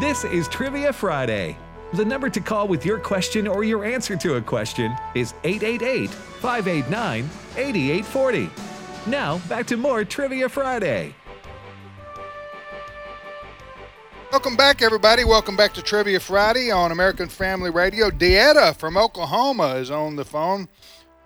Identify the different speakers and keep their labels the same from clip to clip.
Speaker 1: This is Trivia Friday. The number to call with your question or your answer to a question is 888 589 8840. Now, back to more Trivia Friday.
Speaker 2: Welcome back, everybody. Welcome back to Trivia Friday on American Family Radio. Dieta from Oklahoma is on the phone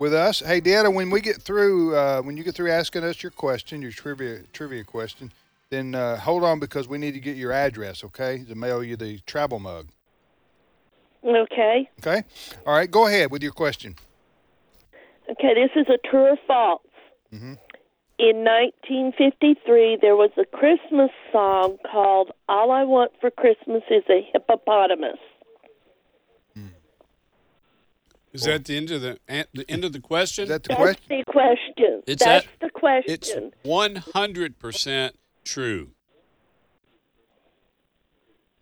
Speaker 2: with us. Hey, Dieta, when we get through, uh, when you get through asking us your question, your trivia trivia question, then uh, hold on because we need to get your address, okay? To mail you the travel mug,
Speaker 3: Okay.
Speaker 2: okay? All right, go ahead with your question.
Speaker 3: Okay, this is a true or false.
Speaker 4: Mm-hmm.
Speaker 3: In 1953, there was a Christmas song called All I Want for Christmas is a Hippopotamus.
Speaker 4: Is that the end of the, an- the end of the question?
Speaker 2: Is that the
Speaker 3: That's
Speaker 2: question?
Speaker 3: the question.
Speaker 4: It's
Speaker 3: That's
Speaker 4: a-
Speaker 3: the question.
Speaker 4: it's one hundred percent true.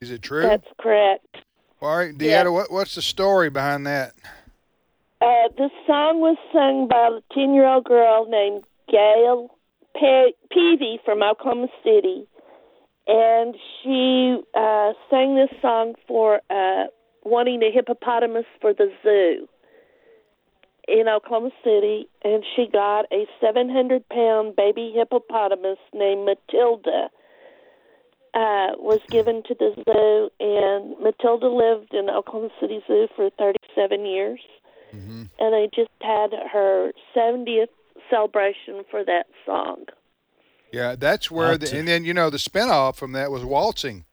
Speaker 2: Is it true?
Speaker 3: That's correct.
Speaker 2: All right, Deanna,
Speaker 3: Yeah.
Speaker 2: what, what's the story behind that?
Speaker 3: Uh, the song was sung by a 10 year old girl named Gail Pe- Peavy from Oklahoma City. And she uh, sang this song for uh, wanting a hippopotamus for the zoo in Oklahoma City. And she got a 700 pound baby hippopotamus named Matilda. Uh, was given to the zoo, and Matilda lived in Oklahoma City Zoo for 37 years and they just had her 70th celebration for that song.
Speaker 2: Yeah, that's where
Speaker 4: I'll
Speaker 2: the,
Speaker 4: t-
Speaker 2: and then you know the spinoff from that was waltzing,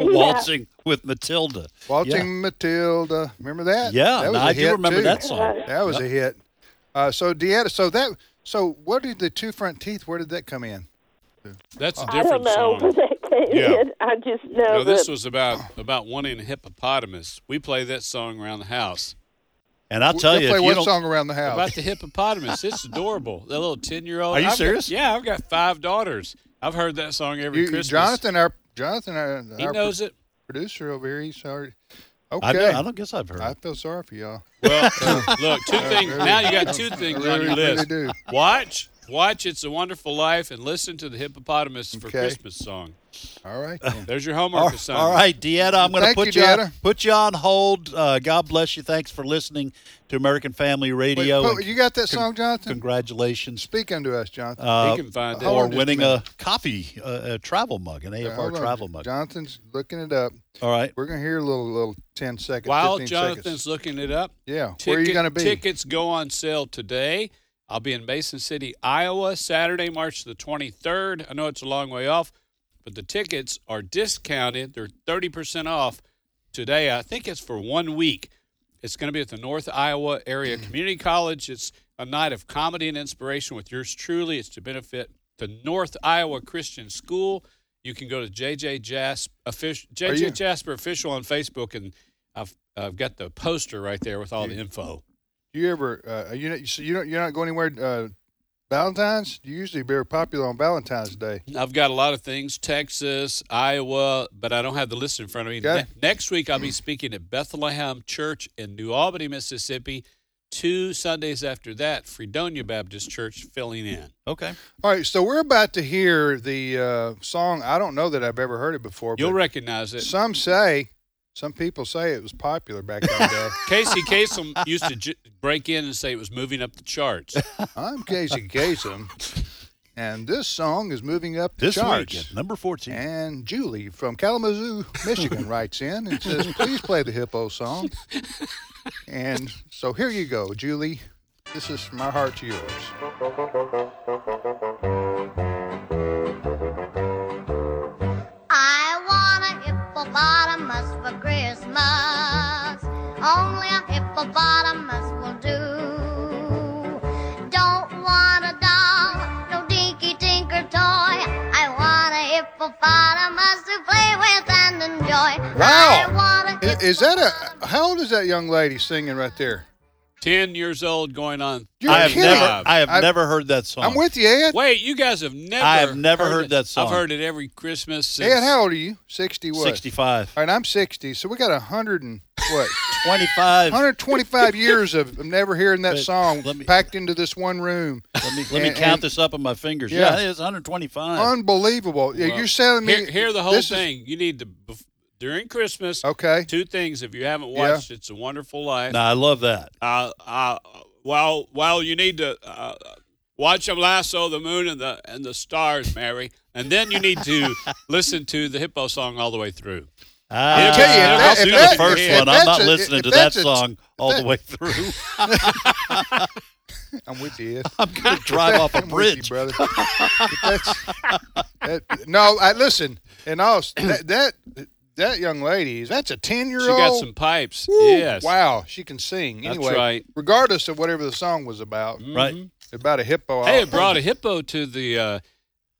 Speaker 5: waltzing with Matilda.
Speaker 2: waltzing Matilda. Remember that?
Speaker 5: Yeah,
Speaker 2: that was
Speaker 5: no,
Speaker 2: a
Speaker 5: I do
Speaker 2: hit,
Speaker 5: remember
Speaker 2: too.
Speaker 5: that song.
Speaker 2: That was a hit. Uh, so Deanna, so that, so what did the two front teeth? Where did that come in?
Speaker 4: That's a
Speaker 3: I don't
Speaker 4: different
Speaker 3: know
Speaker 4: song.
Speaker 3: where that came
Speaker 4: Yeah.
Speaker 3: in. I just know
Speaker 4: No, this
Speaker 3: that
Speaker 4: was about about wanting a hippopotamus. We play that song around the house.
Speaker 5: And I'll tell
Speaker 2: We'll
Speaker 5: you, if
Speaker 2: play
Speaker 5: you
Speaker 2: one
Speaker 5: don't-
Speaker 2: song around the house.
Speaker 4: About the hippopotamus, it's adorable. That little ten year old.
Speaker 5: Are you
Speaker 4: I've got-
Speaker 5: serious?
Speaker 4: yeah, I've got five daughters. I've heard that song every
Speaker 2: You-
Speaker 4: Christmas.
Speaker 2: Jonathan, our Jonathan, our,
Speaker 4: he
Speaker 2: our
Speaker 4: knows it.
Speaker 2: producer over here, he's sorry.
Speaker 5: I,
Speaker 2: Okay,
Speaker 5: don't, I don't guess I've heard.
Speaker 2: I feel sorry for y'all.
Speaker 4: Well, look, two things.
Speaker 2: really-
Speaker 4: Now you got two things on
Speaker 2: really,
Speaker 4: your
Speaker 2: really
Speaker 4: list.
Speaker 2: do.
Speaker 4: Watch, watch It's a Wonderful Life, and listen to the hippopotamus for
Speaker 2: Okay.
Speaker 4: Christmas song.
Speaker 2: All right, then.
Speaker 4: There's your
Speaker 5: all
Speaker 4: homework
Speaker 5: right,
Speaker 4: assignment.
Speaker 5: all right, Deanna, I'm going to
Speaker 2: Thank
Speaker 5: put
Speaker 2: you,
Speaker 5: you, on,
Speaker 2: Deanna.
Speaker 5: put you on hold. Uh, God bless you. Thanks for listening to American Family
Speaker 2: Wait,
Speaker 5: Radio.
Speaker 2: oh,
Speaker 5: and
Speaker 2: you got that song, Jonathan?
Speaker 5: congratulations
Speaker 2: Speak unto us, Jonathan.
Speaker 5: Uh,
Speaker 4: he can find
Speaker 2: hold
Speaker 5: for
Speaker 2: on
Speaker 4: it.
Speaker 2: just a
Speaker 5: winning a
Speaker 2: minute.
Speaker 5: coffee, uh, a travel mug, an
Speaker 2: Yeah,
Speaker 5: AFR
Speaker 2: hold on.
Speaker 5: travel mug.
Speaker 2: Jonathan's looking it up.
Speaker 5: All right.
Speaker 2: We're gonna hear a little, little ten seconds.
Speaker 4: While
Speaker 2: 15
Speaker 4: Jonathan's
Speaker 2: seconds.
Speaker 4: looking it up,
Speaker 2: Yeah,
Speaker 4: ticket,
Speaker 2: where are you gonna be?
Speaker 4: Tickets go on sale today. I'll be in Mason City, Iowa, Saturday, March the 23rd. I know it's a long way off, but the tickets are discounted. They're 30% off today. I think it's for one week. It's going to be at the North Iowa Area Community College. It's a night of comedy and inspiration with yours truly. It's to benefit the North Iowa Christian School. You can go to JJ Jasper official,
Speaker 2: you-
Speaker 4: JJ Jasper official on Facebook, and I've I've got the poster right there with all the info.
Speaker 2: Do you ever? Uh, are you not, so you don't you're not going anywhere? Uh, Valentine's? You usually very popular on Valentine's Day.
Speaker 4: I've got a lot of things: Texas, Iowa, but I don't have the list in front of me.
Speaker 2: Okay.
Speaker 4: Ne- next week, I'll be speaking at Bethlehem Church in New Albany, Mississippi. Two Sundays after that, Fredonia Baptist Church filling in.
Speaker 5: Okay.
Speaker 2: All right, so we're about to hear the uh, song. I don't know that I've ever heard it before.
Speaker 4: You'll
Speaker 2: but
Speaker 4: recognize it.
Speaker 2: some say, some people say it was popular back in the day.
Speaker 4: Casey Kasem used to j- break in and say it was moving up the charts.
Speaker 2: I'm Casey Kasem, and this song is moving up the
Speaker 5: This
Speaker 2: charts.
Speaker 5: week, at number 14.
Speaker 2: And Julie from Kalamazoo, Michigan, writes in and says, "Please play the hippo song." And so here you go, Julie. This is from our heart to yours.
Speaker 6: I want a hippopotamus for Christmas. Only a hippopotamus will do. Don't want a doll, no dinky tinker toy. I want a hippopotamus to play with and enjoy.
Speaker 2: Wow.
Speaker 6: I want a
Speaker 2: I- Is that a how old is that young lady singing right there?
Speaker 4: 10 years old going on.
Speaker 2: You're
Speaker 5: I have
Speaker 2: kidding.
Speaker 5: never, I have
Speaker 2: I've-
Speaker 5: never heard that song.
Speaker 2: I'm with you, Ed.
Speaker 4: Wait, you guys have never
Speaker 5: I have never heard
Speaker 4: it.
Speaker 5: that song.
Speaker 4: I've heard it every Christmas since
Speaker 2: Ed, how old are you? Sixty what?
Speaker 5: 65.
Speaker 2: All right, I'm sixty, so we got a hundred and what
Speaker 5: 25.
Speaker 2: 125 years of of never hearing that
Speaker 5: But
Speaker 2: song
Speaker 5: let me-
Speaker 2: packed into this one room.
Speaker 5: Let me, let me
Speaker 2: And-
Speaker 5: count
Speaker 2: and-
Speaker 5: this up on my fingers.
Speaker 2: Yeah.
Speaker 5: Yeah, it's 125.
Speaker 2: Unbelievable. Yeah,
Speaker 4: Well,
Speaker 2: You're telling me
Speaker 4: Hear, hear the whole
Speaker 2: this is-
Speaker 4: thing. you need to bef- during Christmas.
Speaker 2: okay.
Speaker 4: Two things. If you haven't
Speaker 2: Yeah.
Speaker 4: watched, it's a Wonderful Life.
Speaker 5: Nah, I love that.
Speaker 4: Uh, uh, well, well, you need to uh, watch them lasso the moon and the and the stars, Mary, and then you need to listen to the hippo song all the way through.
Speaker 5: I
Speaker 4: I'll tell you, if that-
Speaker 5: I'll do
Speaker 4: if that-
Speaker 5: the first
Speaker 4: if
Speaker 5: one. I'm
Speaker 2: that's
Speaker 5: not
Speaker 2: a-
Speaker 5: listening
Speaker 2: if
Speaker 5: to that
Speaker 2: that's a-
Speaker 5: song all
Speaker 2: that-
Speaker 5: the way through.
Speaker 2: I'm with you. Ed.
Speaker 5: I'm going to drive off a
Speaker 2: I'm with you,
Speaker 5: bridge.
Speaker 2: brother. But that's- that- no, I listen. And also that that, that young lady, that's a ten year
Speaker 4: She
Speaker 2: old.
Speaker 4: got some pipes. yes.
Speaker 2: Wow, she can sing.
Speaker 4: That's
Speaker 2: Anyway,
Speaker 4: right.
Speaker 2: regardless of whatever the song was about,
Speaker 5: Right.
Speaker 2: about a hippo.
Speaker 4: Hey,
Speaker 2: I'll-
Speaker 4: it brought a hippo to the uh,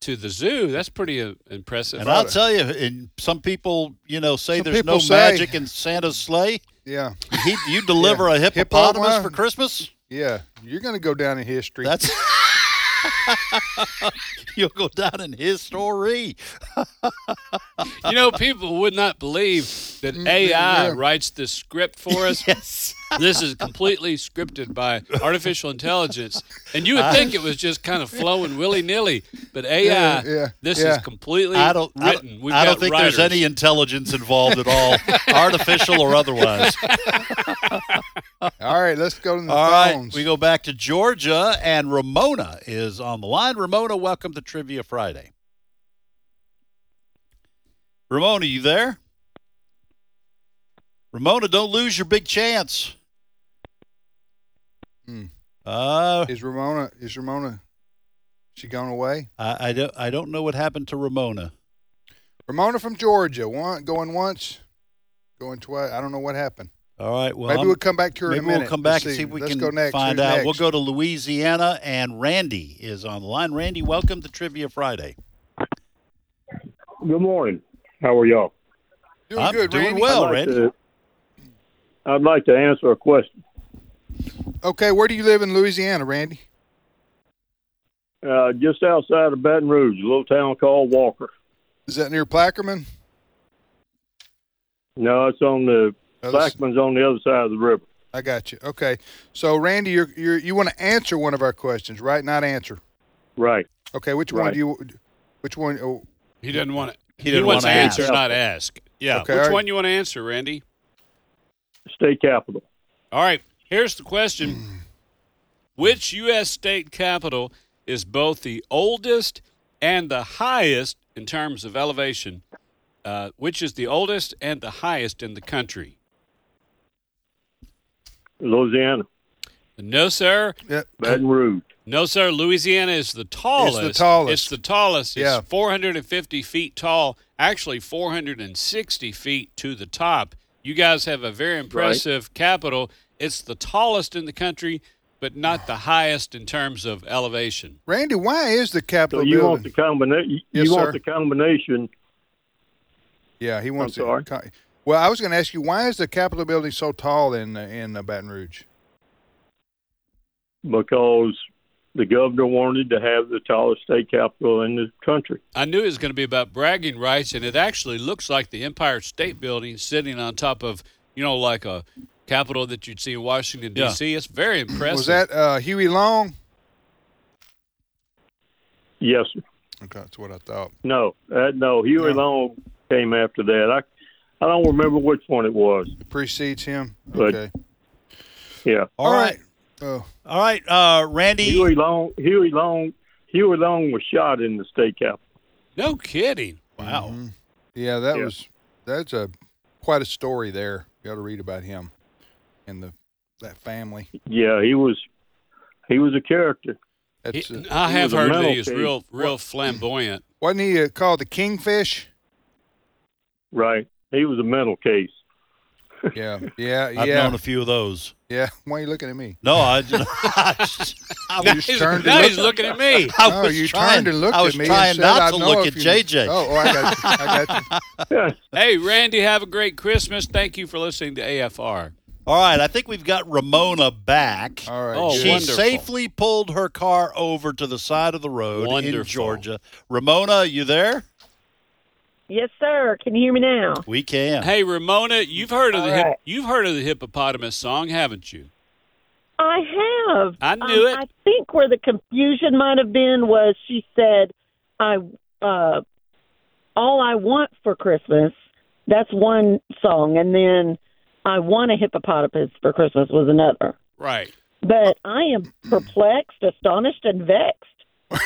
Speaker 4: to the zoo. That's pretty uh, impressive.
Speaker 5: And I'll tell you, and some people, you know, say
Speaker 2: Some
Speaker 5: there's
Speaker 2: people
Speaker 5: no
Speaker 2: say-
Speaker 5: magic in Santa's sleigh.
Speaker 2: Yeah,
Speaker 5: He, you deliver a hippopotamus
Speaker 2: Hippopotamus.
Speaker 5: for Christmas?
Speaker 2: yeah. You're gonna go down in history.
Speaker 5: That's you'll go down in history.
Speaker 4: you know, people would not believe that AI
Speaker 2: yeah.
Speaker 4: writes this script for us.
Speaker 5: Yes.
Speaker 4: This is completely scripted by artificial intelligence, and you
Speaker 5: Ah.
Speaker 4: would think it was just kind of flowing willy nilly, but AI,
Speaker 2: Yeah, yeah,
Speaker 4: this
Speaker 2: yeah.
Speaker 4: is completely
Speaker 5: I don't. I
Speaker 4: written.
Speaker 5: don't,
Speaker 4: We've
Speaker 5: I don't
Speaker 4: got
Speaker 5: think
Speaker 4: writers.
Speaker 5: there's any intelligence involved at all, artificial or otherwise.
Speaker 2: all right. Let's go to the
Speaker 5: All right,
Speaker 2: phones.
Speaker 5: we go back to Georgia, and Ramona is on the line. Ramona, welcome to Trivia Friday. Ramona, you there? Ramona, don't lose your big chance.
Speaker 2: Hmm.
Speaker 5: Uh,
Speaker 2: Is Ramona? Is Ramona? She gone away?
Speaker 5: I, I don't. I don't know what happened to Ramona.
Speaker 2: Ramona from Georgia. One going once, going twice. I don't know what happened.
Speaker 5: All right. Well,
Speaker 2: maybe
Speaker 5: I'm-
Speaker 2: we'll come back to her
Speaker 5: maybe
Speaker 2: in a minute.
Speaker 5: we'll come back
Speaker 2: Let's
Speaker 5: and see if we
Speaker 2: Let's
Speaker 5: can
Speaker 2: go next.
Speaker 5: find
Speaker 2: Who's
Speaker 5: out.
Speaker 2: Next?
Speaker 5: We'll go to Louisiana, and Randy is on the line. Randy, welcome to Trivia Friday.
Speaker 7: Good morning. How are y'all?
Speaker 2: Doing
Speaker 5: I'm
Speaker 2: good,
Speaker 5: doing
Speaker 2: Randy.
Speaker 5: well.
Speaker 7: I'd like
Speaker 5: Randy.
Speaker 7: to- I'd like to answer a question.
Speaker 2: Okay, where do you live in Louisiana, Randy?
Speaker 7: Uh, just outside of Baton Rouge, a little town called Walker.
Speaker 2: Is that near Plaquemine?
Speaker 7: No, it's on the
Speaker 2: Oh, that's-
Speaker 7: Blackman's on the other side of the river.
Speaker 2: I got you. Okay, so Randy, you're, you're, you want to answer one of our questions, right? Not answer.
Speaker 7: Right.
Speaker 2: Okay, which one
Speaker 7: Right.
Speaker 2: do you? Which one? Oh,
Speaker 4: He doesn't want to.
Speaker 5: He
Speaker 4: He,
Speaker 5: didn't
Speaker 4: wants to
Speaker 5: wanna ask.
Speaker 4: answer, not ask. Yeah.
Speaker 2: Okay, all
Speaker 4: Which
Speaker 2: right.
Speaker 4: one you want to answer, Randy?
Speaker 7: State capital.
Speaker 4: All right. Here's the question: Which U.S. state capital is both the oldest and the highest in terms of elevation? Uh, which is the oldest and the highest in the country?
Speaker 7: Louisiana.
Speaker 4: No, sir.
Speaker 2: yeah.
Speaker 7: Baton Rouge.
Speaker 4: No, sir. Louisiana is the tallest.
Speaker 2: tallest.
Speaker 4: It's the tallest. It's
Speaker 2: Yeah.
Speaker 4: 450 feet tall. Actually, 460 feet to the top. You guys have a very impressive capital. It's the tallest in the country, but not the highest in terms of elevation.
Speaker 2: Randy, why is the
Speaker 7: So
Speaker 2: Capitol
Speaker 7: you
Speaker 2: building?
Speaker 7: want the combination? You
Speaker 2: Yes,
Speaker 7: want
Speaker 2: sir.
Speaker 7: the combination?
Speaker 2: yeah, he wants.
Speaker 7: sorry.
Speaker 2: To, well, I was going to ask you why is the Capitol building so tall in uh, in uh, Baton Rouge?
Speaker 7: because the governor wanted to have the tallest state capital in the country.
Speaker 4: I knew it was going to be about bragging rights, and it actually looks like the Empire State Building sitting on top of, you know, like a capitol that you'd see in Washington,
Speaker 5: Yeah.
Speaker 4: D.C. It's very impressive.
Speaker 2: Was that uh, Huey Long?
Speaker 7: Yes, sir.
Speaker 2: Okay, that's what I thought.
Speaker 7: No, uh, no. Huey Long came after that. I, I don't remember which one it was.
Speaker 2: It precedes him.
Speaker 7: Good.
Speaker 2: Okay.
Speaker 7: Yeah,
Speaker 5: All right.
Speaker 2: Oh,
Speaker 5: All right, uh, Randy.
Speaker 7: Huey Long. Huey Long. Huey Long was shot in the state capitol.
Speaker 4: No kidding.
Speaker 5: Wow.
Speaker 2: yeah, that
Speaker 7: Yeah.
Speaker 2: was that's a quite a story there. You ought to read about him and the that family.
Speaker 7: Yeah, he was. He was a character.
Speaker 2: That's
Speaker 4: He-
Speaker 2: uh,
Speaker 4: I
Speaker 7: he
Speaker 4: have
Speaker 7: was a
Speaker 4: heard that
Speaker 7: mental
Speaker 4: he was
Speaker 7: case.
Speaker 4: real, real flamboyant.
Speaker 2: wasn't he uh, called the Kingfish?
Speaker 7: Right. He was a mental case.
Speaker 2: Yeah, yeah,
Speaker 5: I've known
Speaker 2: yeah,
Speaker 5: a few of those.
Speaker 2: yeah. Why are you looking at me?
Speaker 5: No, I. I was-
Speaker 2: You just turned
Speaker 4: now
Speaker 2: and
Speaker 4: he's looking at me.
Speaker 5: I
Speaker 2: No,
Speaker 5: was
Speaker 2: you
Speaker 5: trying,
Speaker 2: turned and looked
Speaker 5: I was
Speaker 2: at me. and
Speaker 5: trying
Speaker 2: said,
Speaker 5: not
Speaker 2: "I
Speaker 5: to
Speaker 2: know
Speaker 5: look
Speaker 2: if
Speaker 5: at
Speaker 2: you-
Speaker 5: JJ.
Speaker 2: Oh, oh, I got you. I got you.
Speaker 4: Hey, Randy, have a great Christmas. Thank you for listening to AFR.
Speaker 5: All right, I think we've got Ramona back.
Speaker 2: All right.
Speaker 4: Oh,
Speaker 5: She
Speaker 2: good.
Speaker 4: wonderful.
Speaker 5: safely pulled her car over to the side of the road in
Speaker 4: Wonderful.
Speaker 5: Georgia. Ramona, you there?
Speaker 8: Yes, sir. Can you hear me now?
Speaker 5: We can.
Speaker 4: Hey, Ramona, you've heard of the
Speaker 8: All
Speaker 4: hip-
Speaker 8: right.
Speaker 4: you've heard of the hippopotamus song, haven't you?
Speaker 8: I have. Um,
Speaker 4: I knew it.
Speaker 8: I think where the confusion might have been was she said, "I uh, all I want for Christmas." That's one song, and then I want a hippopotamus for Christmas was another.
Speaker 4: Right.
Speaker 8: But I am perplexed, astonished, and vexed.
Speaker 2: All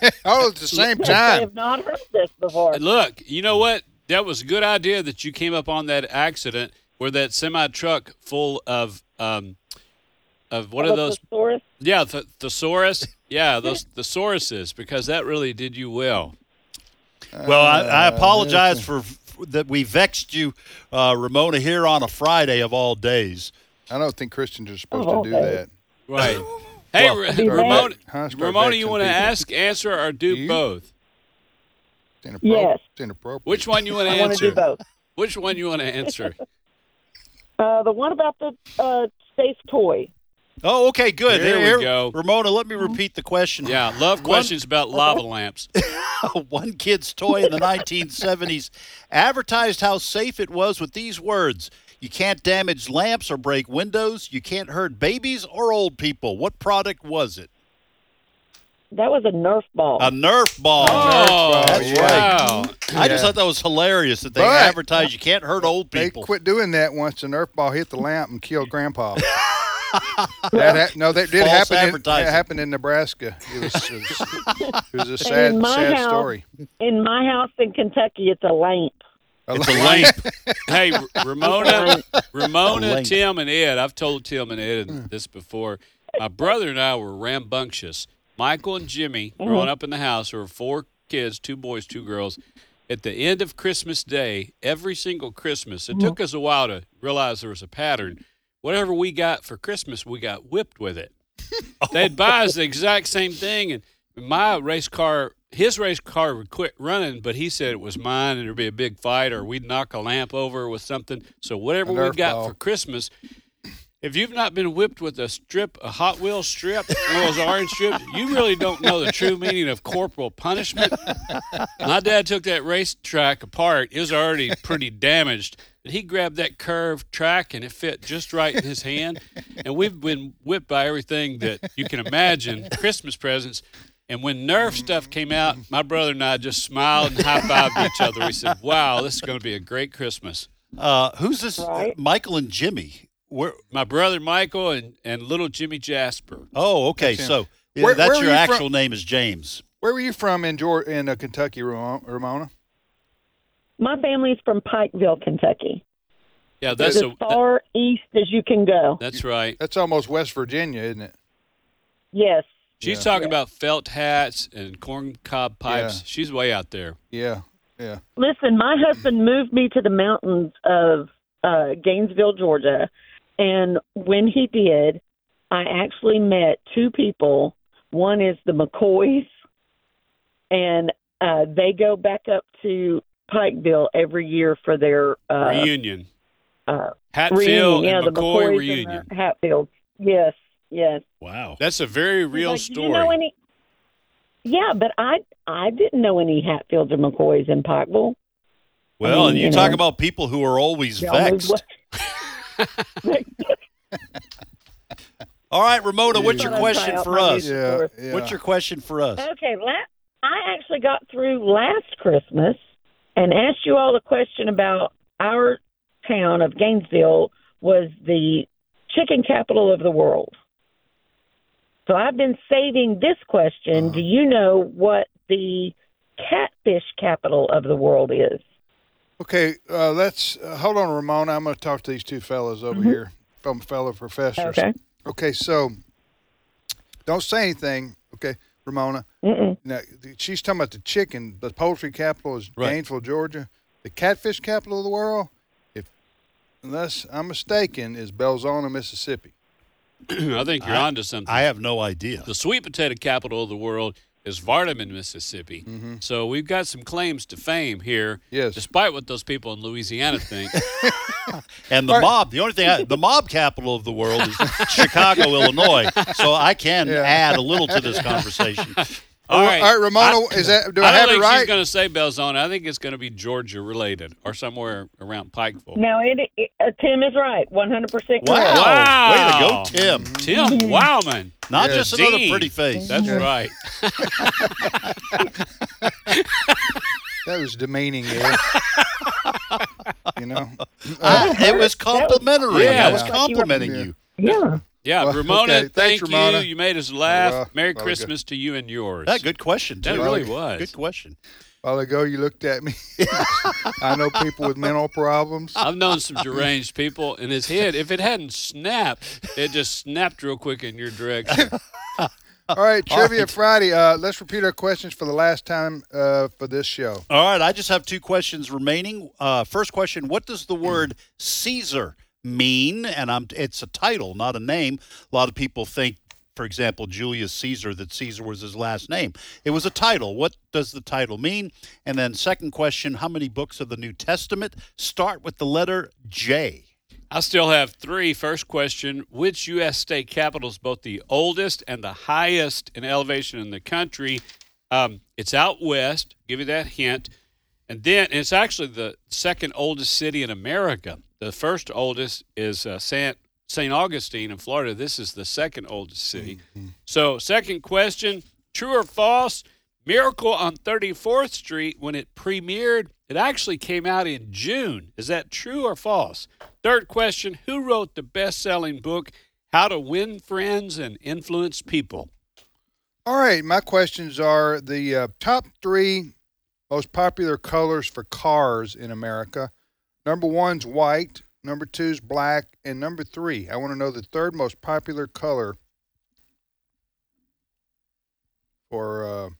Speaker 2: at Oh, the same
Speaker 8: because I
Speaker 2: time.
Speaker 8: have not heard this before.
Speaker 4: Look, you know what? That was a good idea that you came up on that accident where that semi truck full of um of what are those?
Speaker 8: Thesaurus.
Speaker 4: Yeah, th- thesaurus. Yeah, those thesauruses because that really did you well.
Speaker 5: Well, I, I
Speaker 2: Uh,
Speaker 5: apologize for f- that we vexed you, uh, Ramona, here on a Friday of all days.
Speaker 2: I don't think Christians are supposed
Speaker 8: Oh,
Speaker 2: to do
Speaker 8: okay.
Speaker 2: that.
Speaker 4: Right. hey, Ra-
Speaker 8: Start
Speaker 4: Ramona,
Speaker 2: vexing- huh, start
Speaker 4: Ramona, you
Speaker 2: vexing
Speaker 4: want to
Speaker 2: people.
Speaker 4: ask, answer, or do
Speaker 2: You?
Speaker 4: both?
Speaker 2: It's inappropri-
Speaker 8: Yes.
Speaker 2: It's inappropriate.
Speaker 4: Which one you want to
Speaker 8: I want to
Speaker 4: answer?
Speaker 8: do both.
Speaker 4: Which one you want to answer?
Speaker 8: Uh, the one about the uh, space toy.
Speaker 5: Oh, okay, good.
Speaker 4: There we go.
Speaker 5: Ramona, let me repeat the question.
Speaker 4: Yeah, love questions about lava lamps.
Speaker 5: One kid's toy in the 1970s advertised how safe it was with these words You can't damage lamps or break windows. You can't hurt babies or old people. What product was it?
Speaker 8: That was a Nerf ball.
Speaker 5: A Nerf ball.
Speaker 4: Oh,
Speaker 5: That's
Speaker 4: wow.
Speaker 5: I just thought that was hilarious that they
Speaker 2: But-
Speaker 5: advertised you can't hurt old
Speaker 2: They
Speaker 5: people.
Speaker 2: quit doing that once the Nerf ball hit the lamp and killed Grandpa. that ha- no, that did
Speaker 5: False
Speaker 2: happen. In, that
Speaker 5: advertising.
Speaker 2: happened in Nebraska. It was, it was, it was a
Speaker 8: in
Speaker 2: sad,
Speaker 8: my
Speaker 2: sad
Speaker 8: house-
Speaker 2: story.
Speaker 8: In my house in Kentucky, it's a lamp.
Speaker 5: It's a lamp.
Speaker 4: Hey, R- Ramona,
Speaker 5: A Hmm.
Speaker 4: Ramona,
Speaker 5: link.
Speaker 4: Tim, and Ed. I've told Tim and Ed this before. My brother and I were rambunctious. Michael and Jimmy,
Speaker 5: Mm-hmm.
Speaker 4: growing up in the house, there were four kids, two boys, two girls. At the end of Christmas Day, every single Christmas,
Speaker 5: Mm-hmm.
Speaker 4: it took us a while to realize there was a pattern. Whatever we got for Christmas, we got whipped with it. They'd buy us the exact same thing, and my race car, his race car would quit running, but he said it was mine, and there'd be a big fight, or we'd knock a lamp over with something. So whatever
Speaker 2: A
Speaker 4: we
Speaker 2: Nerf
Speaker 4: got
Speaker 2: ball.
Speaker 4: for Christmas, if you've not been whipped with a strip, a Hot Wheels strip, one of those orange strips, you really don't know the true meaning of corporal punishment. My dad took that racetrack apart. It was already pretty damaged. But he grabbed that curved track and it fit just right in his hand. And we've been whipped by everything that you can imagine Christmas presents. And when Nerf stuff came out, my brother and I just smiled and high fived each other. We said, wow, this is going to be a great Christmas.
Speaker 5: Uh, who's this?
Speaker 8: Right.
Speaker 5: Michael and Jimmy. Where?
Speaker 4: My brother Michael and, and little Jimmy Jasper.
Speaker 5: Oh, okay.
Speaker 2: That's him.
Speaker 5: So yeah,
Speaker 2: Where-
Speaker 5: that's
Speaker 2: where were
Speaker 5: your
Speaker 2: you
Speaker 5: actual
Speaker 2: from?
Speaker 5: name is James.
Speaker 2: Where were you from in Georgia, in uh, Kentucky, Ramo- Ramona?
Speaker 8: My family's from Pikeville, Kentucky.
Speaker 4: Yeah,
Speaker 8: It's
Speaker 4: that's
Speaker 8: as
Speaker 4: a,
Speaker 8: far east as you can go.
Speaker 4: that's right.
Speaker 2: That's almost West Virginia, isn't it?
Speaker 8: Yes.
Speaker 4: She's
Speaker 2: Yeah.
Speaker 4: talking about felt hats and corn cob pipes.
Speaker 2: Yeah.
Speaker 4: She's way out there.
Speaker 2: Yeah, yeah.
Speaker 8: Listen, my husband moved me to the mountains of uh, Gainesville, Georgia, and when he did, I actually met two people. One is the McCoys, and uh, they go back up to Pikeville every year for their uh,
Speaker 4: reunion.
Speaker 8: uh,
Speaker 4: Hatfield
Speaker 8: reunion. Yeah,
Speaker 4: and
Speaker 8: the
Speaker 4: McCoy
Speaker 8: McCoys
Speaker 4: reunion.
Speaker 8: and the Hatfields. Yes, yes.
Speaker 5: Wow.
Speaker 4: That's a very real
Speaker 8: Like, did
Speaker 4: story.
Speaker 8: You know any? Yeah, but I I didn't know any Hatfields or McCoys in Pikeville.
Speaker 5: Well,
Speaker 8: I mean,
Speaker 5: and you
Speaker 8: you
Speaker 5: talk
Speaker 8: know.
Speaker 5: about people who are always
Speaker 8: Y'all knew
Speaker 5: vexed.
Speaker 8: what-
Speaker 5: All right, Ramona, what's your
Speaker 8: Thought I'd try
Speaker 5: question
Speaker 8: out
Speaker 5: for
Speaker 8: my
Speaker 5: us?
Speaker 8: music.
Speaker 2: Yeah,
Speaker 8: course.
Speaker 2: yeah.
Speaker 5: What's your question for us?
Speaker 8: Okay, la- I actually got through last Christmas and asked you all a question about our town of Gainesville was the chicken capital of the world. So I've been saving this question. Do you know what the catfish capital of the world is?
Speaker 2: Okay, uh, let's uh, hold on, Ramona. I'm going to talk to these two fellows over here, from fellow professors.
Speaker 8: Mm-hmm. Okay.
Speaker 2: Okay, so don't say anything. Okay, Ramona.
Speaker 8: Mm-mm.
Speaker 2: Now th- she's talking about the chicken. The poultry capital is
Speaker 5: Right.
Speaker 2: Gainesville, Georgia. The catfish capital of the world, if unless I'm mistaken, is Belzona, Mississippi.
Speaker 4: I think you're onto something.
Speaker 5: I have no idea.
Speaker 4: the sweet potato capital of the world is Vardaman, Mississippi. So we've got some claims to fame here,
Speaker 2: Mm-hmm. Yes.
Speaker 4: despite what those people in Louisiana think.
Speaker 5: And the mob, the only thing, I, the mob capital of the world is Chicago, Illinois. So I can add a little to this conversation.
Speaker 4: All right.
Speaker 2: All right, Ramona, is that do I,
Speaker 4: I,
Speaker 2: have
Speaker 4: don't
Speaker 2: it
Speaker 4: think
Speaker 2: right?
Speaker 4: she's going to say Belzona. I think it's going to be Georgia related or somewhere around Pikeville.
Speaker 8: No, it, it, uh, Tim is right. 100% correct.
Speaker 5: Wow.
Speaker 4: Wow.
Speaker 5: Way to go, Tim.
Speaker 4: Tim Wowman.
Speaker 5: Not
Speaker 2: Yeah,
Speaker 5: just another
Speaker 4: Dean.
Speaker 5: pretty face.
Speaker 4: That's right.
Speaker 2: That was demeaning. Ed. you know.
Speaker 5: I- it was complimentary.
Speaker 4: Yeah.
Speaker 5: I was
Speaker 4: Yeah.
Speaker 5: complimenting
Speaker 2: Yeah.
Speaker 5: you.
Speaker 8: Yeah.
Speaker 4: Yeah,
Speaker 2: Well,
Speaker 4: Ramona,
Speaker 2: okay. Thanks,
Speaker 4: thank
Speaker 2: Ramona.
Speaker 4: you. You made us laugh.
Speaker 2: well,
Speaker 4: Merry
Speaker 2: well, good.
Speaker 4: Christmas to you and yours.
Speaker 5: That good question.
Speaker 4: That
Speaker 5: too.
Speaker 4: really was.
Speaker 5: good question.
Speaker 2: While ago, you looked at me. I know people with mental problems.
Speaker 4: I've known some deranged people, and his head, if it hadn't snapped, it just snapped real quick in your direction.
Speaker 2: All right, Trivia Friday. Uh, let's repeat our questions for the last time uh, for this show.
Speaker 5: All right, I just have two questions remaining. Uh, first question: What does the word Caesar mean? And I'm it's a title, not a name. A lot of people think, for example, Julius Caesar, that Caesar was his last name. It was a title. What does the title mean? And then second question: How many books of the New Testament start with the letter J?
Speaker 4: I still have three. First question Which U.S. state capital is both the oldest and the highest in elevation in the country? Um, it's out west. Give you that hint. And then and it's actually the second oldest city in America. The first oldest is uh, San, St. Augustine in Florida. This is the second oldest city. So, second question true or false? Miracle on 34th Street, when it premiered, it actually came out in June. Is that true or false? Third question Who wrote the best selling book, How to Win Friends and Influence People?
Speaker 2: All right, my questions are the uh, top three most popular colors for cars in America. Number one's white, number two's black, and number three. I want to know the third most popular color for.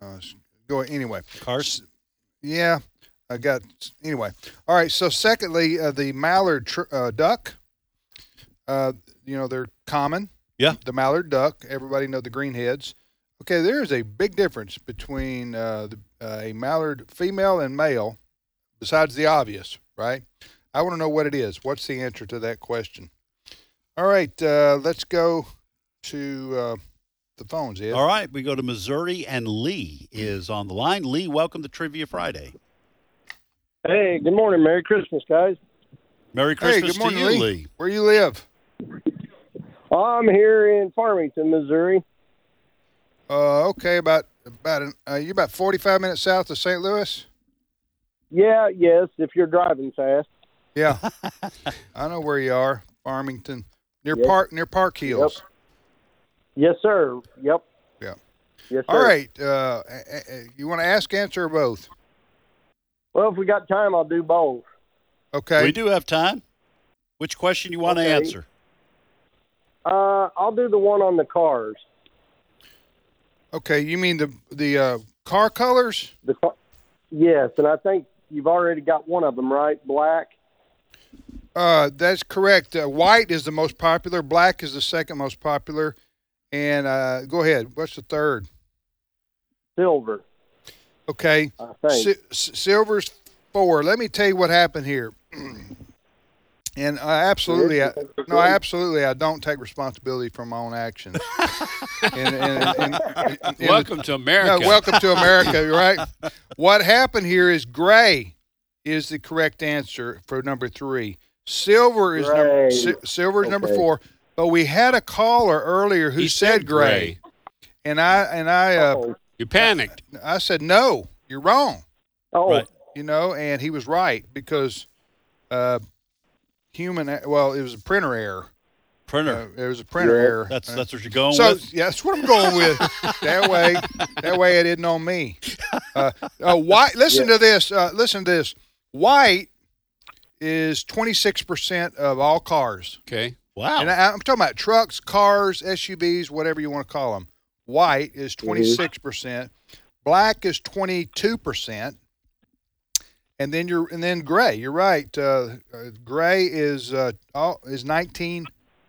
Speaker 2: Uh, uh, s- go anyway.
Speaker 5: Cars.
Speaker 2: Yeah, I got anyway. All right. So, secondly, uh, the mallard tr- uh, duck. Uh, you know they're common.
Speaker 5: Yeah.
Speaker 2: The mallard duck. Everybody know the greenheads. Okay, there is a big difference between uh, the, uh, a mallard female and male, besides the obvious, right? I want to know what it is. What's the answer to that question? All right, uh, let's go to uh, the phones. Ed.
Speaker 5: All right, we go to Missouri, and Lee is on the line. Lee, welcome to Trivia Friday.
Speaker 7: Hey, good morning. Merry Christmas, guys.
Speaker 5: Merry
Speaker 2: Hey,
Speaker 5: Christmas
Speaker 2: good morning,
Speaker 5: to you,
Speaker 2: Lee. Where you live?
Speaker 7: I'm here in Farmington, Missouri.
Speaker 2: Uh, okay, about about an, uh, you're about 45 minutes south of St. Louis.
Speaker 7: Yeah, yes, if you're driving fast.
Speaker 2: Yeah, I know where you are, Farmington, near
Speaker 7: Yep.
Speaker 2: Park near Park Hills.
Speaker 7: Yes, sir. Yep.
Speaker 2: Yeah.
Speaker 7: Yes, sir.
Speaker 2: All right, uh, a- a- a- you want to ask, answer, or both?
Speaker 7: Well, if we got time, I'll do both.
Speaker 2: Okay.
Speaker 5: We do have time. Which question you want
Speaker 7: Okay.
Speaker 5: to answer?
Speaker 7: Uh, I'll do the one on the cars.
Speaker 2: Okay, you mean the the uh, car colors?
Speaker 7: The car- yes, and I think you've already got one of them right, black.
Speaker 2: Uh, that's correct. Uh, white is the most popular. Black is the second most popular. And uh, go ahead. What's the third?
Speaker 7: silver,
Speaker 2: Okay.
Speaker 7: I think.
Speaker 2: Si- S- Silver's four. Let me tell you what happened here. and I absolutely, I, no, I absolutely, I don't take responsibility for my own actions. and, and, and, and- and-
Speaker 4: Welcome to America.
Speaker 2: No, welcome to America, right? What happened here is gray is the correct answer for number three. Silver is number
Speaker 7: Gray.
Speaker 2: si- silver is number
Speaker 7: Okay.
Speaker 2: four. But we had a caller earlier who
Speaker 4: He
Speaker 2: said, gray, and I and I uh,
Speaker 7: oh,
Speaker 4: You panicked.
Speaker 2: I said no, you're wrong
Speaker 7: oh,
Speaker 5: Right.
Speaker 2: you know, and he was right because uh, human. Well, it was a printer error.
Speaker 5: Printer.
Speaker 2: Uh, it was a printer
Speaker 7: Yeah.
Speaker 2: error.
Speaker 5: That's
Speaker 2: Uh,
Speaker 5: that's what you're going
Speaker 2: so
Speaker 5: with.
Speaker 2: yeah, that's what I'm going with. that way, that way it isn't on me. Uh, uh, white. Listen to this. Uh, listen to this. White is 26 percent of all cars,
Speaker 4: Okay.
Speaker 5: Wow.
Speaker 2: and I, I'm talking about trucks, cars, SUVs, whatever you want to call them. White is
Speaker 5: Mm-hmm.
Speaker 2: 26 percent. Black is 22 percent. And then you're and then gray. You're right. Uh, uh, gray is uh, all, is 19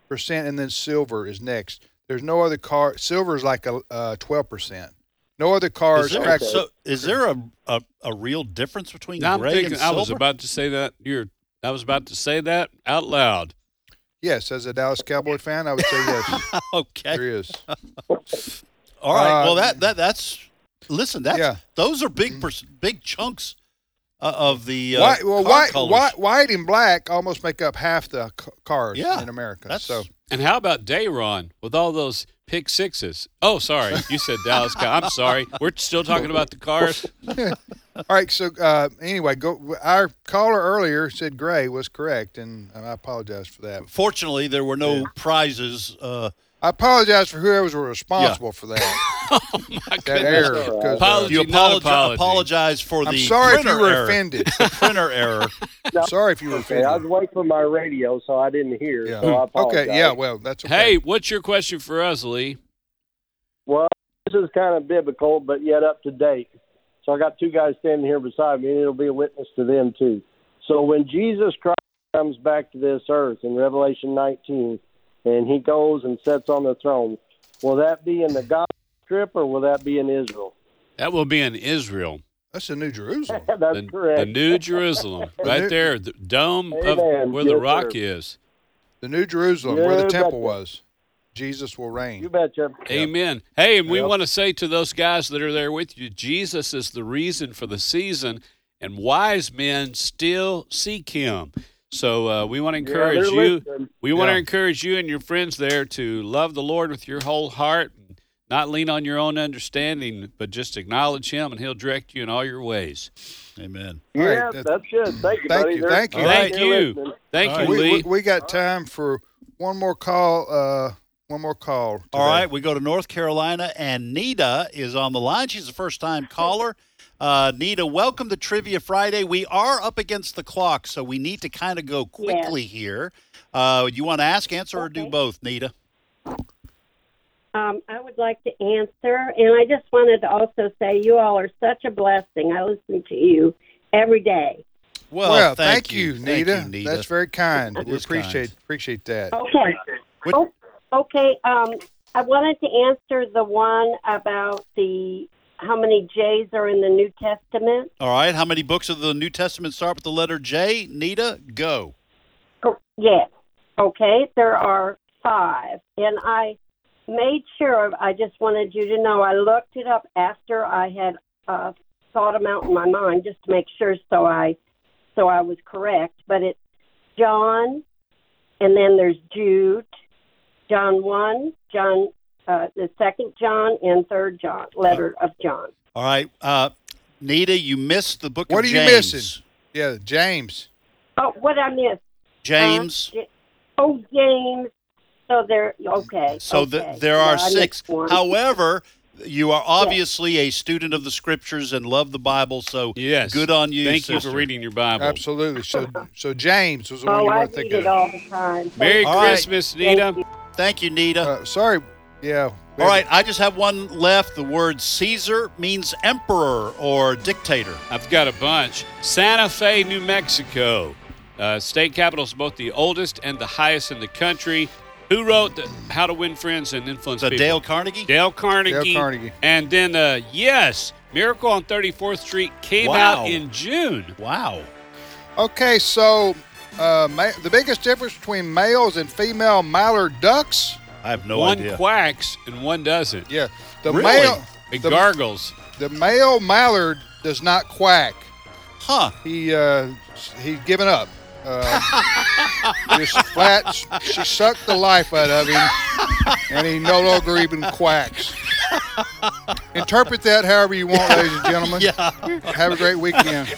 Speaker 2: percent, and then silver is next. There's no other car. Silver is like a uh, 12 percent. No other
Speaker 5: is
Speaker 2: cars. are
Speaker 5: there,
Speaker 2: actually-
Speaker 5: so is there a, a a real difference between
Speaker 4: Now I'm
Speaker 5: gray
Speaker 4: thinking
Speaker 5: and
Speaker 4: I
Speaker 5: silver?
Speaker 4: was about to say that. You're I was about to say that out loud.
Speaker 2: yes, as a Dallas Cowboy fan, I would say yes.
Speaker 5: okay.
Speaker 2: there is.
Speaker 5: All right.
Speaker 2: Uh,
Speaker 5: well, that that that's listen. That's
Speaker 2: Yeah. Mm-hmm.
Speaker 5: those are big pers- big chunks uh, of the uh,
Speaker 2: white, well,
Speaker 5: car
Speaker 2: white,
Speaker 5: colors.
Speaker 2: white, white and black almost make up half the c- cars
Speaker 5: Yeah,
Speaker 2: in America.
Speaker 5: that's-
Speaker 2: so
Speaker 4: And how about Dayron with all those pick sixes? Oh, sorry, you said Dallas. Cow- I'm sorry. We're still talking about the cars.
Speaker 2: All right. So uh, anyway, go, our caller earlier said gray was correct, and I apologize for that.
Speaker 5: Fortunately, there were no prizes. Uh,
Speaker 2: I apologize for whoever was responsible for that. that error. 'cause, uh,
Speaker 4: Apology,
Speaker 5: you
Speaker 4: not
Speaker 5: apologize,
Speaker 4: apology.
Speaker 5: apologize for
Speaker 2: I'm
Speaker 5: the
Speaker 2: sorry if
Speaker 5: printer
Speaker 2: you were
Speaker 5: error.
Speaker 2: offended.
Speaker 5: The printer error.
Speaker 2: I'm sorry if you were
Speaker 7: Okay, I was
Speaker 2: offended.
Speaker 7: waiting for my radio, so I didn't hear.
Speaker 2: Yeah.
Speaker 7: So I apologize.
Speaker 2: Okay. Yeah. Well, that's okay.
Speaker 4: Hey, what's your question for us, Lee?
Speaker 7: Well, this is kind of biblical, but yet up to date. So I got two guys standing here beside me, and it'll be a witness to them too. So when Jesus Christ comes back to this earth in Revelation 19, and he goes and sits on the throne, will that be in the Gaza Strip or will that be in Israel?
Speaker 4: That will be in Israel,
Speaker 2: that's the New Jerusalem.
Speaker 7: That's
Speaker 4: the,
Speaker 7: correct.
Speaker 4: the New Jerusalem, right there, the dome of
Speaker 7: Amen.
Speaker 4: where the
Speaker 7: Yes,
Speaker 4: rock
Speaker 7: sir.
Speaker 4: is.
Speaker 2: The New Jerusalem, where the
Speaker 7: Yeah,
Speaker 2: temple
Speaker 7: that's-
Speaker 2: was. Jesus will reign.
Speaker 7: you betcha.
Speaker 4: Amen. Hey, and we want to say to those guys that are there with you, Jesus is the reason for the season, and wise men still seek him. So uh, we want to
Speaker 7: Yeah, they're
Speaker 4: encourage you.
Speaker 7: listening.
Speaker 4: We want to
Speaker 2: Yeah.
Speaker 4: encourage you and your friends there to love the Lord with your whole heart, not lean on your own understanding, but just acknowledge Him, and He'll direct you in all your ways.
Speaker 5: Amen.
Speaker 2: All right,
Speaker 7: Yeah,
Speaker 2: that-
Speaker 7: that's it. Thank you,
Speaker 2: Thank
Speaker 7: buddy.
Speaker 2: you,
Speaker 7: They're-
Speaker 2: thank you.
Speaker 7: they're
Speaker 4: Thank you.
Speaker 7: listening.
Speaker 4: Thank you,
Speaker 2: we,
Speaker 4: Lee.
Speaker 2: we, we got time for one more call. Uh, one more call. Today.
Speaker 5: All right, we go to North Carolina, and Nita is on the line. She's a first-time caller. Uh, Nita, welcome to Trivia Friday. We are up against the clock, so we need to kind of go quickly here. Uh, you want to ask, answer, or do
Speaker 9: Okay.
Speaker 5: both, Nita?
Speaker 9: Um, I would like to answer, and I just wanted to also say you all are such a blessing. I listen to you every day.
Speaker 5: Well,
Speaker 2: Well, thank, you, Nita.
Speaker 5: Thank you, Nita.
Speaker 2: That's very kind.
Speaker 5: It
Speaker 2: we
Speaker 5: is
Speaker 2: appreciate appreciate that.
Speaker 9: Okay.
Speaker 5: What-
Speaker 9: Oh, okay. Um, I wanted to answer the one about the how many J's are in the New Testament.
Speaker 5: All right, how many books of the New Testament start with the letter J? Nita, go.
Speaker 9: Cor- Oh, Yes. Okay. There are five, and I made sure. I just wanted you to know. I looked it up after I had uh, thought them out in my mind, just to make sure, so I so I was correct. But it's John, and then there's Jude, John one, John uh, the second John, and third John, letter of John.
Speaker 5: All right, uh, Nita, you missed the book
Speaker 2: What
Speaker 5: of
Speaker 2: are you
Speaker 5: James.
Speaker 2: missing? Yeah, James.
Speaker 9: Oh, what I missed?
Speaker 5: James.
Speaker 9: Uh, J- oh, James. So there. Okay.
Speaker 5: So
Speaker 9: Um, okay.
Speaker 5: th- there are
Speaker 9: Yeah, I missed
Speaker 5: six.
Speaker 9: one.
Speaker 5: However, you are obviously a student of the scriptures and love the Bible. So
Speaker 4: Yes.
Speaker 5: good on you.
Speaker 4: Thank you
Speaker 5: sister.
Speaker 4: for reading your Bible.
Speaker 2: Absolutely. So, so James was the one
Speaker 9: Oh,
Speaker 2: you
Speaker 9: I
Speaker 2: weren't
Speaker 9: read
Speaker 2: thinking
Speaker 9: it
Speaker 2: of.
Speaker 9: all the time.
Speaker 4: Merry
Speaker 5: All right.
Speaker 4: Christmas, Nita.
Speaker 5: Thank you, Nita.
Speaker 2: Uh, sorry. Yeah.
Speaker 5: All right, I just have one left. The word Caesar means emperor or dictator.
Speaker 4: I've got a bunch. Santa Fe, New Mexico. Uh, state capital is both the oldest and the highest in the country. Who wrote the, How to Win Friends and Influence
Speaker 5: So
Speaker 4: People?
Speaker 5: Dale Carnegie.
Speaker 4: Dale Carnegie.
Speaker 2: Dale Carnegie.
Speaker 4: And then, uh, yes, Miracle on 34th Street came
Speaker 5: Wow.
Speaker 4: out in June.
Speaker 5: Wow.
Speaker 2: Okay. So, uh, ma- the biggest difference between males and female mallard ducks.
Speaker 5: I have no
Speaker 4: one
Speaker 5: idea.
Speaker 4: quacks and one doesn't.
Speaker 2: Yeah. The
Speaker 5: Really?
Speaker 2: male.
Speaker 4: It
Speaker 2: The,
Speaker 4: gargles.
Speaker 2: the male mallard does not quack.
Speaker 5: huh.
Speaker 2: He uh, he's given up. Uh, just flat. She sucked the life out of him, and he no longer even quacks. Interpret that however you want, ladies and gentlemen.
Speaker 5: Yeah.
Speaker 2: Have a great weekend.